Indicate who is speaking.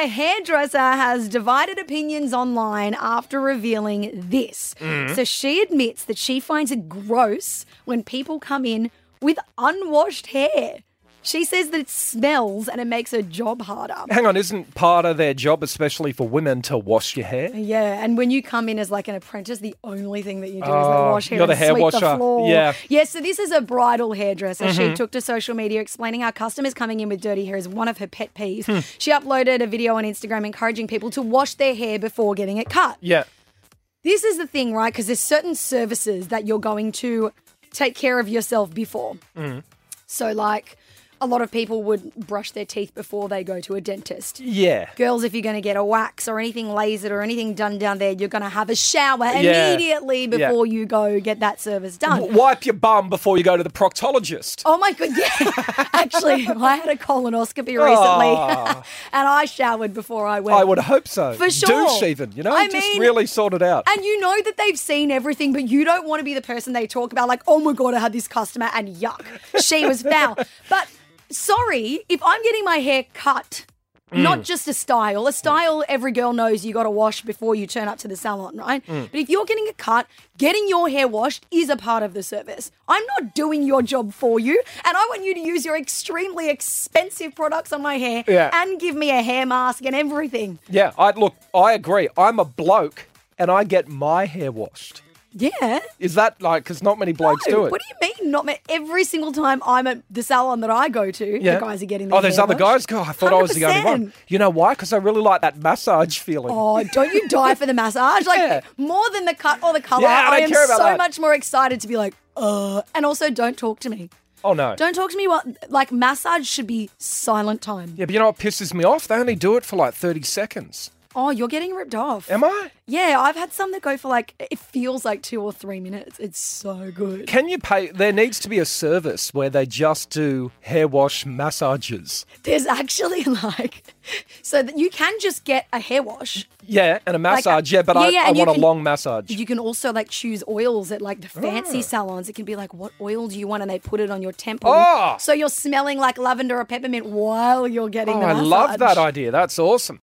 Speaker 1: A hairdresser has divided opinions online after revealing this.
Speaker 2: Mm-hmm.
Speaker 1: So she admits that she finds it gross when people come in with unwashed hair. She says that it smells and it makes her job harder.
Speaker 2: Hang on, isn't part of their job, especially for women, to wash your hair?
Speaker 1: Yeah, and when you come in as like an apprentice, the only thing that you do is like wash hair
Speaker 2: you're the
Speaker 1: and
Speaker 2: hair
Speaker 1: sweep the
Speaker 2: washer.
Speaker 1: floor.
Speaker 2: Yeah. Mm-hmm.
Speaker 1: Yeah, so this is a bridal hairdresser. She took to social media explaining how customers coming in with dirty hair is one of her pet peeves.
Speaker 2: Hmm.
Speaker 1: She uploaded a video on Instagram encouraging people to wash their hair before getting it cut.
Speaker 2: Yeah.
Speaker 1: This is the thing, right? Because there's certain services that you're going to take care of yourself before.
Speaker 2: Mm-hmm.
Speaker 1: So, like, a lot of people would brush their teeth before they go to a dentist.
Speaker 2: Yeah.
Speaker 1: Girls, if you're going to get a wax or anything lasered or anything done down there, you're going to have a shower
Speaker 2: Yeah.
Speaker 1: immediately
Speaker 2: Yeah.
Speaker 1: before you go get that service done.
Speaker 2: W- wipe your bum before you go to the proctologist.
Speaker 1: Oh my god, yeah. Actually, I had a colonoscopy recently
Speaker 2: Oh.
Speaker 1: and I showered before I went.
Speaker 2: I would hope so.
Speaker 1: For sure.
Speaker 2: Douche even, you know?
Speaker 1: I
Speaker 2: just
Speaker 1: mean-
Speaker 2: really sort it out.
Speaker 1: And you know that they've seen everything, but you don't want to be the person they talk about, like, oh my God, I had this customer and yuck, she was foul. but sorry, if I'm getting my hair cut, not just a style, a style every girl knows you got to wash before you turn up to the salon, right? But if you're getting a cut, getting your hair washed is a part of the service. I'm not doing your job for you, and I want you to use your extremely expensive products on my hair
Speaker 2: Yeah.
Speaker 1: and give me a hair mask and everything.
Speaker 2: yeah, I look, I agree. I'm a bloke and I get my hair washed.
Speaker 1: Yeah.
Speaker 2: Is that like, because not many blokes
Speaker 1: No,
Speaker 2: do it.
Speaker 1: What do you mean? Not me? Every single time I'm at the salon that I go to, the guys are getting. Their
Speaker 2: Oh, there's
Speaker 1: hair
Speaker 2: other guys?
Speaker 1: washed.
Speaker 2: God, I thought I was the only one.
Speaker 1: 100%.
Speaker 2: You know why? Because I really like that massage feeling.
Speaker 1: Oh, don't you die for the massage? Like
Speaker 2: Yeah.
Speaker 1: more than the cut or the color.
Speaker 2: Yeah, I don't
Speaker 1: am
Speaker 2: care about
Speaker 1: so
Speaker 2: that.
Speaker 1: much more excited to be like, uh. And also, don't talk to me.
Speaker 2: Oh, no.
Speaker 1: Don't talk to me. What like massage should be silent time.
Speaker 2: Yeah, but you know what pisses me off? They only do it for like 30 seconds.
Speaker 1: Oh, you're getting ripped off.
Speaker 2: Am I?
Speaker 1: yeah, I've had some that go for like it feels like two or three minutes. It's so good.
Speaker 2: Can you pay? There needs to be a service where they just do hair wash massages.
Speaker 1: There's actually like so that you can just get a hair wash.
Speaker 2: Yeah, and a massage. yeah, but
Speaker 1: yeah,
Speaker 2: I,
Speaker 1: yeah,
Speaker 2: I
Speaker 1: and you
Speaker 2: want a
Speaker 1: can-
Speaker 2: long massage.
Speaker 1: You can also like choose oils at like the
Speaker 2: Ah.
Speaker 1: fancy salons. It can be like, what oil do you want? And they put it on your temple.
Speaker 2: Oh.
Speaker 1: So you're smelling like lavender or peppermint while you're getting
Speaker 2: oh,
Speaker 1: the
Speaker 2: I
Speaker 1: massage.
Speaker 2: love that idea. That's awesome.